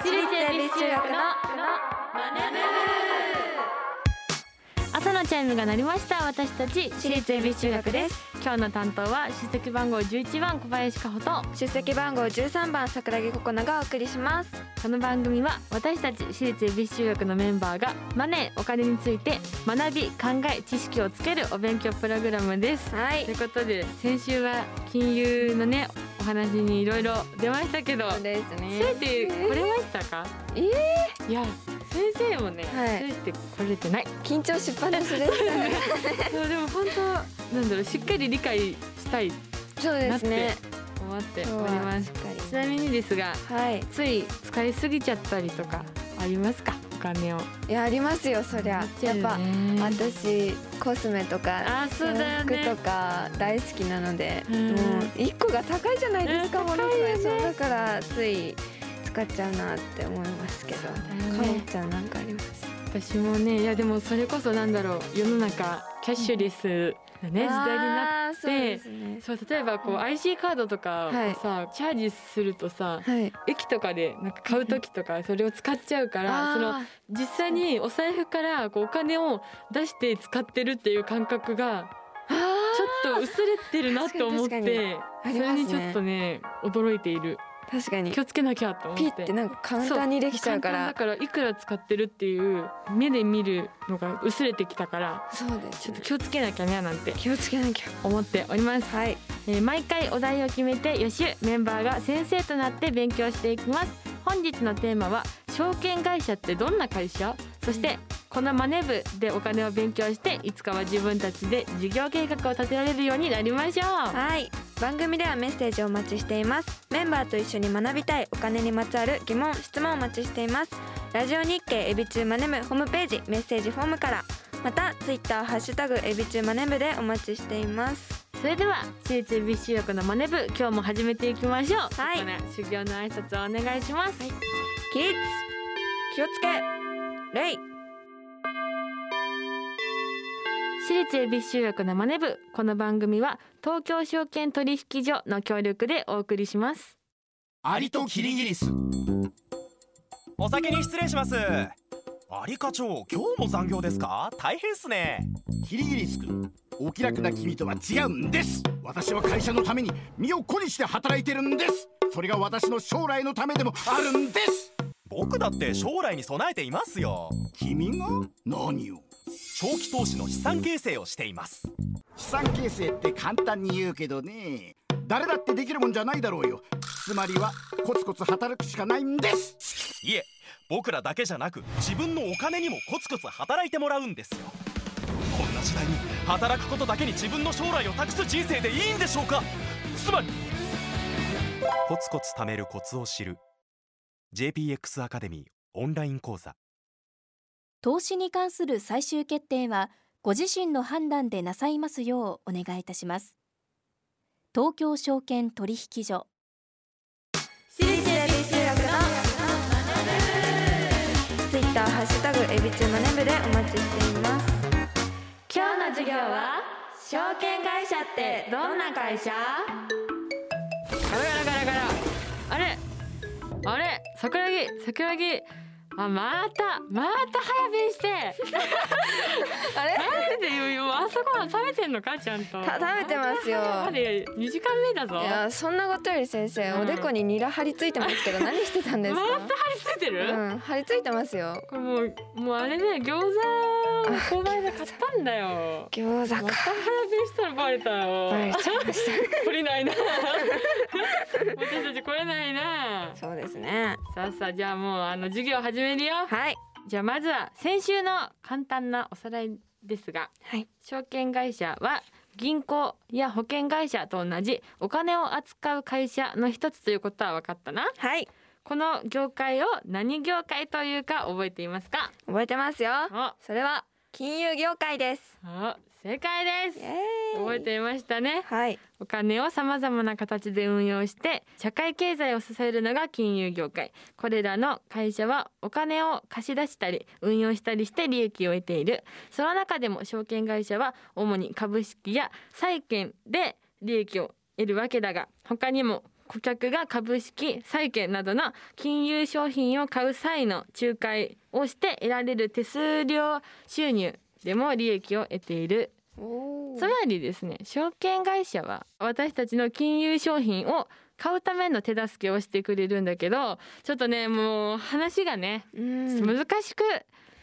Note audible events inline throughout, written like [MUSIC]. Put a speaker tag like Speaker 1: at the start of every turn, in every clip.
Speaker 1: 私立恵比寿中学の
Speaker 2: 朝のチャイムが鳴りました私たち
Speaker 1: 私立恵比寿中学です
Speaker 2: 今日の担当は出席番号11番小林佳穂と
Speaker 1: 出席番号13番桜木心奈がお送りします
Speaker 2: この番組は私たち私立恵比寿中学のメンバーがマネーお金について学び考え知識をつけるお勉強プログラムです
Speaker 1: はい
Speaker 2: ということで先週は金融のねお話にいろいろ出ましたけど
Speaker 1: そうです
Speaker 2: 先生って来れましたか
Speaker 1: え
Speaker 2: いや先生もね、
Speaker 1: はい
Speaker 2: 先生って来れ
Speaker 1: [LAUGHS]
Speaker 2: てない
Speaker 1: 緊張しっぱなしでしたね
Speaker 2: そうでも本当なんだろうしっかり理解したい
Speaker 1: [LAUGHS] そうですね
Speaker 2: と思って
Speaker 1: 今
Speaker 2: お
Speaker 1: 日
Speaker 2: り
Speaker 1: は
Speaker 2: ます
Speaker 1: しっかり
Speaker 2: ちなみにですが
Speaker 1: はい
Speaker 2: つい使いすぎちゃったりとかありますかお金を
Speaker 1: いやありますよそりゃやっぱ
Speaker 2: あと
Speaker 1: 私コスメとか
Speaker 2: あそうだよね
Speaker 1: 洋服とか大好きなので、
Speaker 2: うん
Speaker 1: もう一個が高いじゃないですか、
Speaker 2: うん
Speaker 1: もの
Speaker 2: 高いよね
Speaker 1: すごいそうだからつい使っちゃうなって思いますけど、
Speaker 2: そうだよね
Speaker 1: かおちゃんなんかあります
Speaker 2: 私もねいやでもそれこそなんだろう世の中キャッシュレスのね時代になっ
Speaker 1: あーそうですね
Speaker 2: そう例えばこう IC カードとかをさ、チャージするとさ
Speaker 1: はい
Speaker 2: 駅とかでなんか買う時とかそれを使っちゃうからその
Speaker 1: あ
Speaker 2: 実際にお財布からこうお金を出して使ってるっていう感覚が
Speaker 1: ーあ
Speaker 2: ちょっと薄れてるなと思っ
Speaker 1: 確かに
Speaker 2: てそ
Speaker 1: 確かに
Speaker 2: れ
Speaker 1: あり
Speaker 2: に
Speaker 1: ます
Speaker 2: ち
Speaker 1: ね
Speaker 2: ょっとね驚いている
Speaker 1: ー確かに
Speaker 2: 気をつけなきゃと思って
Speaker 1: ピッてなんかカウンターにできちゃうから
Speaker 2: だからいくら使ってるっていう目で見るのが薄れてきたから
Speaker 1: そうです
Speaker 2: ちょっ
Speaker 1: ね
Speaker 2: と気をつけなきゃねなんて
Speaker 1: 気をつけなきゃ
Speaker 2: 思っております、
Speaker 1: はい
Speaker 2: えー毎回お題を決めて予習メンバーが先生となって勉強していきます本日のテーマは証券会社ってどんな会社そして、このマネ部でお金を勉強していつかは自分たちで事業計画を立てられるようになりましょう
Speaker 1: はい番組ではメッセージをお待ちしていますメンバーと一緒に学びたいお金にまつわる疑問質問をお待ちしていますラジオ日経エビチューマネムホームページメッセージフォームからまたツイッターハッシュタグエビチューマネムでお待ちしています
Speaker 2: それでは私立美修学のマネ部今日も始めていきましょう
Speaker 1: はい
Speaker 2: ここから修行の挨拶をお願いします、
Speaker 1: キッズ気をつけレイ
Speaker 2: 私立恵比寿中学のマネ部この番組は東京証券取引所の協力でお送りします
Speaker 3: アリとキリギリス
Speaker 4: お先に失礼しますアリ課長今日も残業ですか大変っすね
Speaker 3: キリギリス君お気楽な君とは違うんです私は会社のために身を粉にして働いてるんですそれが私の将来のためでもあるんです
Speaker 4: 僕だって将来に備えていますよ
Speaker 3: 君が何を
Speaker 4: 長期投資の資産形成をしています
Speaker 3: 資産形成って簡単に言うけどね誰だってできるもんじゃないだろうよつまりはコツコツ働くしかないんです
Speaker 4: いえ僕らだけじゃなく自分のお金にもコツコツ働いてもらうんですよこんな時代に働くことだけに自分の将来を託す人生でいいんでしょうかつまりコツコツ貯めるコツを知る JPX アカデミーオンライン講座
Speaker 5: 投資に関する最終決定はご自身の判断でなさいますようお願いいたします東京証券取引所
Speaker 1: 私立エビ中学のツイッターハッシュタグエビチューマネムでお待ちしています
Speaker 2: 今日の授業は証券会社ってどんな会社ガラガラガラガラあれあれ桜木桜木あまたまた早弁して
Speaker 1: [LAUGHS] あれ
Speaker 2: なんでよもう朝ごはん食べてんのかちゃんと
Speaker 1: た食べてますよ
Speaker 2: まで2時間目だぞ
Speaker 1: いやそんなことより先生、
Speaker 2: うん
Speaker 1: おでこにニラ張り付いてますけど何してたんですか
Speaker 2: また張り付いてる、
Speaker 1: うん張り付いてますよ
Speaker 2: これもうもうあれね餃子を購買で買ったんだよ
Speaker 1: 餃
Speaker 2: ま
Speaker 1: 子
Speaker 2: た
Speaker 1: か
Speaker 2: 早弁したらバレたよ
Speaker 1: バレちゃいまし
Speaker 2: 取
Speaker 1: [LAUGHS]
Speaker 2: れないな私たち来れないな
Speaker 1: たそうですね
Speaker 2: さあさあじゃあもうあの授業始めるよ
Speaker 1: はい
Speaker 2: じゃあまずは先週の簡単なおさらいですが
Speaker 1: はい
Speaker 2: 証券会社は銀行や保険会社と同じお金を扱う会社の一つということは分かったな
Speaker 1: はい
Speaker 2: この業界を何業界というか覚えていますか
Speaker 1: 覚えてますよ
Speaker 2: お
Speaker 1: それは金融業界です
Speaker 2: お正解で
Speaker 1: イ
Speaker 2: す
Speaker 1: エーイ
Speaker 2: 覚えていましたね
Speaker 1: はい
Speaker 2: お金をさまざまな形で運用して社会経済を支えるのが金融業界これらの会社はお金を貸し出したり運用したりして利益を得ているその中でも証券会社は主に株式や債券で利益を得るわけだが他にも顧客が株式債券などの金融商品を買う際の仲介をして得られる手数料収入でも利益を得ている
Speaker 1: お
Speaker 2: それよりですね証券会社は私たちの金融商品を買うための手助けをしてくれるんだけどちょっとねもう話がね
Speaker 1: うん
Speaker 2: 難しく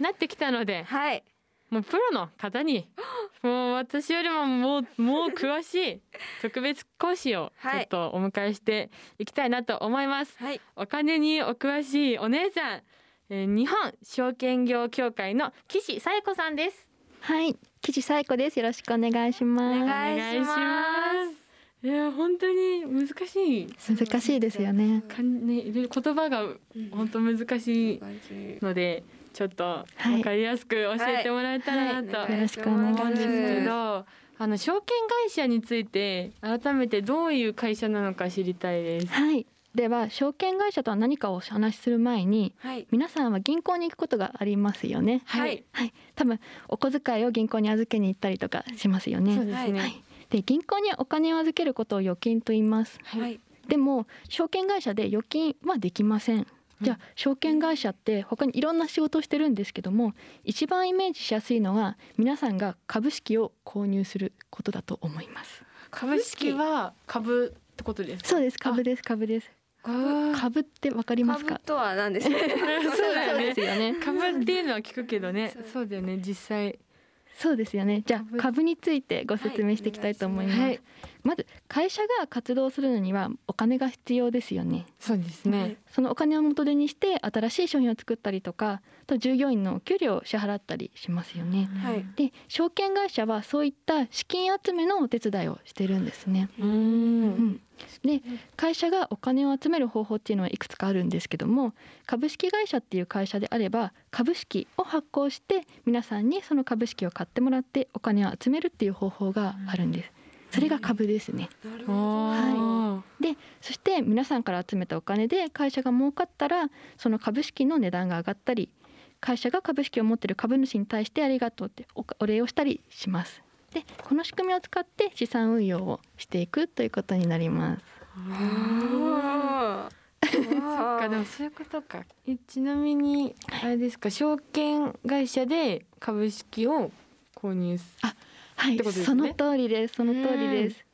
Speaker 2: なってきたので、
Speaker 1: はい
Speaker 2: もうプロの方
Speaker 1: [LAUGHS]
Speaker 2: にもう私よりももうもう詳しい特別講師をち
Speaker 1: はい
Speaker 2: ょっとお迎えしていきたいなと思います。
Speaker 1: はい
Speaker 2: お金にお詳しいお姉さん、えー日本証券業協会の岸紗友子さんです。
Speaker 6: はい、岸紗友子です。よろしくお願いし
Speaker 1: お
Speaker 6: ま
Speaker 1: 願いします
Speaker 2: す。いや本当に難しい
Speaker 6: す。難しいですよね。
Speaker 2: かんねいろいろ言葉が本当難しいのでちょっとわ
Speaker 6: はい
Speaker 2: かりやすく教えてもらえたらなと
Speaker 6: いよろしくお願いし
Speaker 2: 思うん
Speaker 6: ま
Speaker 2: ですすけど、あの証券会社について改めてどういう会社なのか知りたいです。
Speaker 6: はい。では証券会社とは何かをお話しする前に
Speaker 1: はい
Speaker 6: 皆さんは銀行に行くことがありますよね
Speaker 1: はい
Speaker 6: はい多分お小遣いを銀行に預けに行ったりとかしますよね
Speaker 2: そうですね。
Speaker 6: はい、で銀行にお金を預けることを預金と言います
Speaker 1: はい
Speaker 6: でも証券会社で預金はできませんじゃあ証券会社って他にいろんな仕事をしてるんですけども一番イメージしやすいのは皆さんが株式を購入することだと思います
Speaker 2: 株式は株ってことですか。
Speaker 6: そうです株です株です
Speaker 2: 株
Speaker 6: 株ってわかります
Speaker 1: 株
Speaker 6: か
Speaker 1: とは何ですか
Speaker 2: そうだよね
Speaker 6: ですよね
Speaker 2: 株っていうのは聞くけどね
Speaker 1: そう。
Speaker 2: そうだよね実際。
Speaker 6: そうですよねじゃあ株についてご説明していきたいと思います,、
Speaker 2: はい
Speaker 6: まず会社が活動するのにはお金が必要ですよね
Speaker 2: そうですね。
Speaker 6: そのお金を元手にして新しい商品を作ったりとかあと従業員の給料を支払ったりしますよね
Speaker 1: はい
Speaker 6: で証券会社はそういった資金集めのお手伝いをしてるんですね
Speaker 2: う。
Speaker 6: うんんで会社がお金を集める方法っていうのはいくつかあるんですけども株式会社っていう会社であれば株式を発行して皆さんにその株式を買ってもらってお金を集めるっていう方法があるんです。それが株ですね
Speaker 1: なるほ
Speaker 2: お
Speaker 1: ど
Speaker 2: ー
Speaker 6: でそして皆さんから集めたお金で会社が儲かったらその株式の値段が上がったり会社が株式を持ってる株主に対してありがとうっておお礼をしたりします。でこの仕組みを使って資産運用をしていくということになります。
Speaker 1: あ
Speaker 2: そっかでもそういうことかえちなみにあれですか証券会社で株式を購入す
Speaker 6: はい、
Speaker 2: ってことですね
Speaker 6: その通りですその通りです。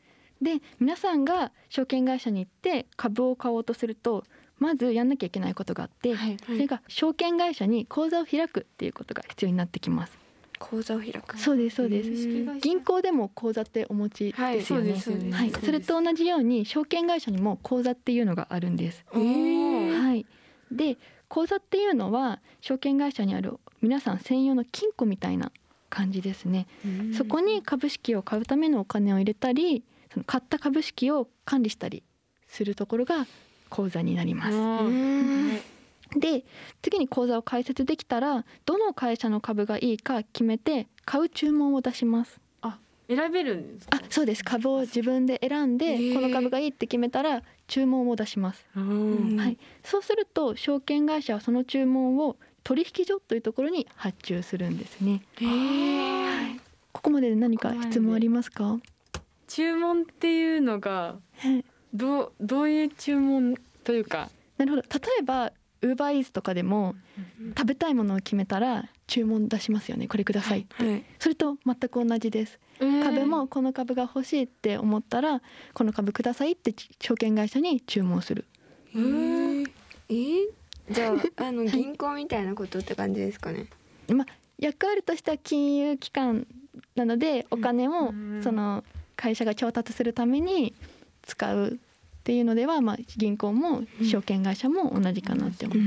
Speaker 6: で皆さんが証券会社に行って株を買おうとするとまずやんなきゃいけないことがあって、
Speaker 2: はい
Speaker 6: それが証券会社に口座を開くっていうことが必要になってきます。
Speaker 1: [LAUGHS] 口座を開く
Speaker 6: そうですそうです。銀行でも口座ってお持ち
Speaker 1: はい
Speaker 6: ですよ
Speaker 2: そう
Speaker 6: ね
Speaker 2: で。すよね
Speaker 6: はい、それと同じように証券会社にも口座っていうのがあるんです。
Speaker 2: えー
Speaker 6: はい。で、口座っていうのは証券会社にある皆さん専用の金庫みたいな感じですね。そこに株式を買うためのお金を入れたり、その買った株式を管理したりするところが口座になります。
Speaker 1: う
Speaker 2: もうん
Speaker 6: で、次に口座を開設できたら、どの会社の株がいいか決めて買う注文を出します。
Speaker 2: 選べるんですか
Speaker 6: あそうです株を自分で選んで、
Speaker 1: へえ
Speaker 6: この株がいいって決めたら注文を出します、
Speaker 2: うん
Speaker 6: はい、そうすると証券会社はその注文を取引所というところに発注するんですねはいここまでで何か質問ありますか
Speaker 2: 注文っていうのが
Speaker 6: はい
Speaker 2: どうどういう注文というか
Speaker 6: なるほど例えばウーバーイーツとかでも食べたいものを決めたら注文出しますよねこれくださいって、
Speaker 1: はい
Speaker 6: それと全く同じです株もこの株が欲しいって思ったらこの株くださいって証券会社に注文する
Speaker 1: えーえじゃああの銀行みたいなことって感じですかね
Speaker 6: 役割としては金融機関なのでお金を
Speaker 2: うん
Speaker 6: その会社が調達するために使うっていうのではまあ銀行も証券会社も同じかなって思う、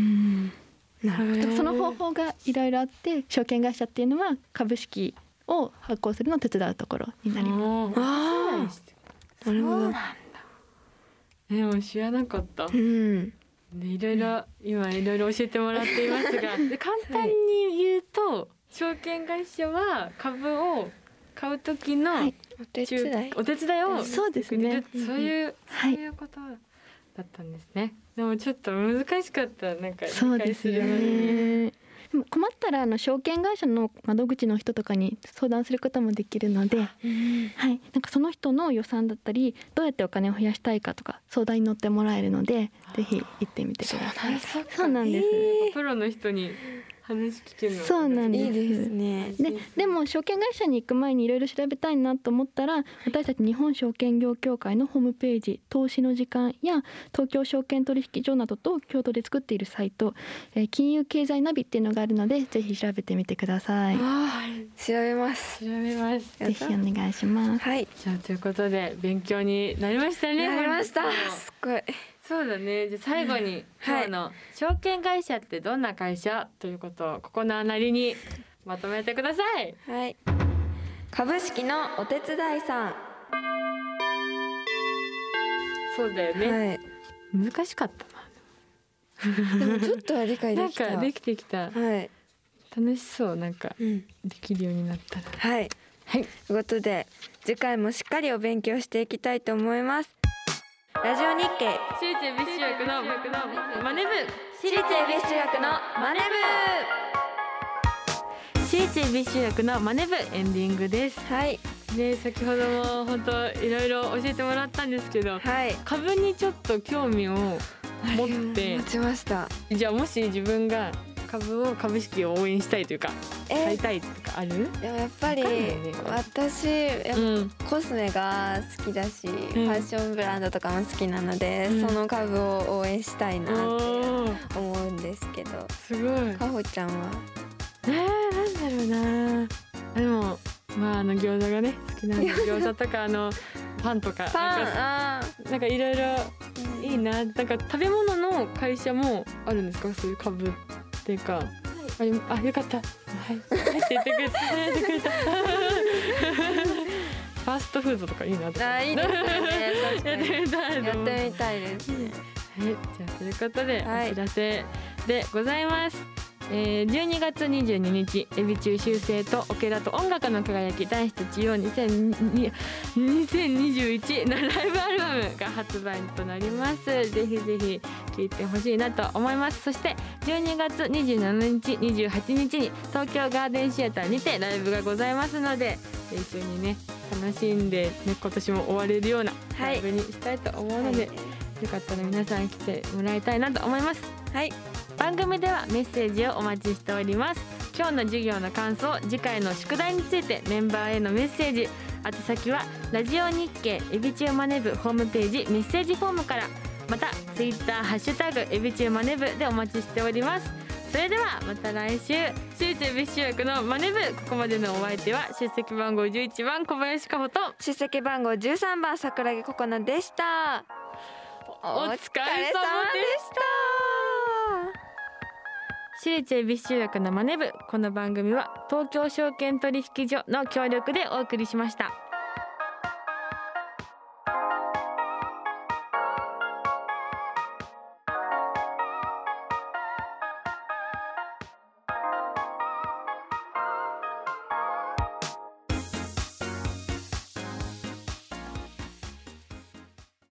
Speaker 1: なる
Speaker 6: その方法がいろいろあって証券会社っていうのは株式を発行するのを手伝うところになります。
Speaker 2: も
Speaker 1: ほどああなるほど
Speaker 2: でも知らなかった
Speaker 1: うん
Speaker 2: でいろいろ今いろいろ教えてもらっていますがで簡単に言うと、証券会社は株を買う時の、
Speaker 6: はい
Speaker 1: お手
Speaker 2: 中
Speaker 1: 伝い
Speaker 2: お手伝いを
Speaker 6: そうですね
Speaker 2: してくれるそういう、
Speaker 6: はい
Speaker 2: そういうことだったんですねでもちょっと難しかったなんか
Speaker 6: そうですよね。でも困ったらあの証券会社の窓口の人とかに相談することもできるので、はい、なんかその人の予算だったりどうやってお金を増やしたいかとか相談に乗ってもらえるのでぜひ行ってみてください。そうなんです、
Speaker 2: プロの人に話聞けるの
Speaker 6: そうなんです
Speaker 1: いいですね。
Speaker 6: ででも証券会社に行く前にいろいろ調べたいなと思ったら私たち日本証券業協会のホームページ「投資の時間」や東京証券取引所などと共同で作っているサイト、えー金融経済ナビっていうのがあるのでぜひ調べてみてください。
Speaker 2: はい
Speaker 1: 調べます。
Speaker 2: 調べます
Speaker 1: や
Speaker 6: ぜ
Speaker 1: っ
Speaker 6: ひ
Speaker 1: た
Speaker 6: お願いします。
Speaker 1: はい。
Speaker 2: じゃあということで勉強になりましたね
Speaker 1: なりました
Speaker 2: 本。
Speaker 1: すっごい。
Speaker 2: 日もそうだねじゃあ最後 [LAUGHS] に
Speaker 1: はい
Speaker 2: 今日の証券会社ってどんな会社ということをここのなりにまとめてください
Speaker 1: はい。株式のお手伝いさん。
Speaker 2: そうだよね、
Speaker 1: はい。
Speaker 2: 難しかった
Speaker 1: でもちょっとは理解
Speaker 2: な
Speaker 1: で
Speaker 2: なん
Speaker 1: きた。
Speaker 2: かできてき
Speaker 1: は
Speaker 2: た
Speaker 1: い。
Speaker 2: 楽しそうなんか
Speaker 1: うん。
Speaker 2: できるようになったら
Speaker 1: はい。
Speaker 2: はい
Speaker 1: ということで次回もしっかりお勉強していきたいと思います。ラジオ日経
Speaker 2: 私立恵比寿中学のマネ部
Speaker 1: 私立恵比寿中学のマネ
Speaker 2: 私立恵比寿中学のマネ部エンディングです
Speaker 1: 部。はい
Speaker 2: ね先ほども本当いろいろ教えてもらったんですけど
Speaker 1: はい。
Speaker 2: 株にちょっと興味を持って
Speaker 1: 持ちました。
Speaker 2: じゃあもし自分が株を株式を応援したいというか買
Speaker 1: え
Speaker 2: いたいとかある
Speaker 1: でもやっぱり
Speaker 2: わかんないね
Speaker 1: 私やっ
Speaker 2: うん
Speaker 1: ぱコスメが好きだし、ファッションブランドとかも好きなので、
Speaker 2: うん
Speaker 1: その株を応援したい
Speaker 2: お
Speaker 1: なって
Speaker 2: ー
Speaker 1: 思うんですけど。
Speaker 2: すごいね
Speaker 1: かほちゃんは
Speaker 2: えなんだろうなあでもまああの餃子がね好きなん
Speaker 1: [LAUGHS]
Speaker 2: で餃子とかあのパンとか
Speaker 1: パン
Speaker 2: なんか
Speaker 1: あー
Speaker 2: なんかいろいろいいななんか食べ物の会社もあるんですかそういう株っていうか、あよあよかったはいはいって言ってく
Speaker 1: [LAUGHS]
Speaker 2: れた言ってくれたファーストフードとかいいなとか
Speaker 1: あーいいですね確か
Speaker 2: やって
Speaker 1: に
Speaker 2: み [LAUGHS] たい
Speaker 1: やっ
Speaker 2: と思
Speaker 1: てみたいですね
Speaker 2: はい、じゃあということで
Speaker 1: は
Speaker 2: お
Speaker 1: い
Speaker 2: 知らせでございます。えー、12月22日エビ中修正と桶田と音楽の輝き男子たちよ2022 2021のライブアルバムが発売となりますぜひぜひ聴いてほしいなと思いますそして12月27日28日に東京ガーデンシアターにてライブがございますのでえー一緒にね楽しんで、ね、今年も終われるようなライブにしたいと思うので、よかったら皆さん来てもらいたいなと思います
Speaker 1: はい
Speaker 2: 番組ではメッセージをお待ちしております今日の授業の感想次回の宿題についてメンバーへのメッセージ宛先はラジオ日経エビチューマネブホームページメッセージフォームからまたツイッターハッシュタグエビチューマネブでお待ちしておりますそれではまた来週私立エビ主役のマネブここまでのお相手は出席番号11番小林佳穂と
Speaker 1: 出席番号13番桜木ココナでした
Speaker 2: お疲れ様でした私立恵比寿中学のマネ部この番組は東京証券取引所の協力でお送りしました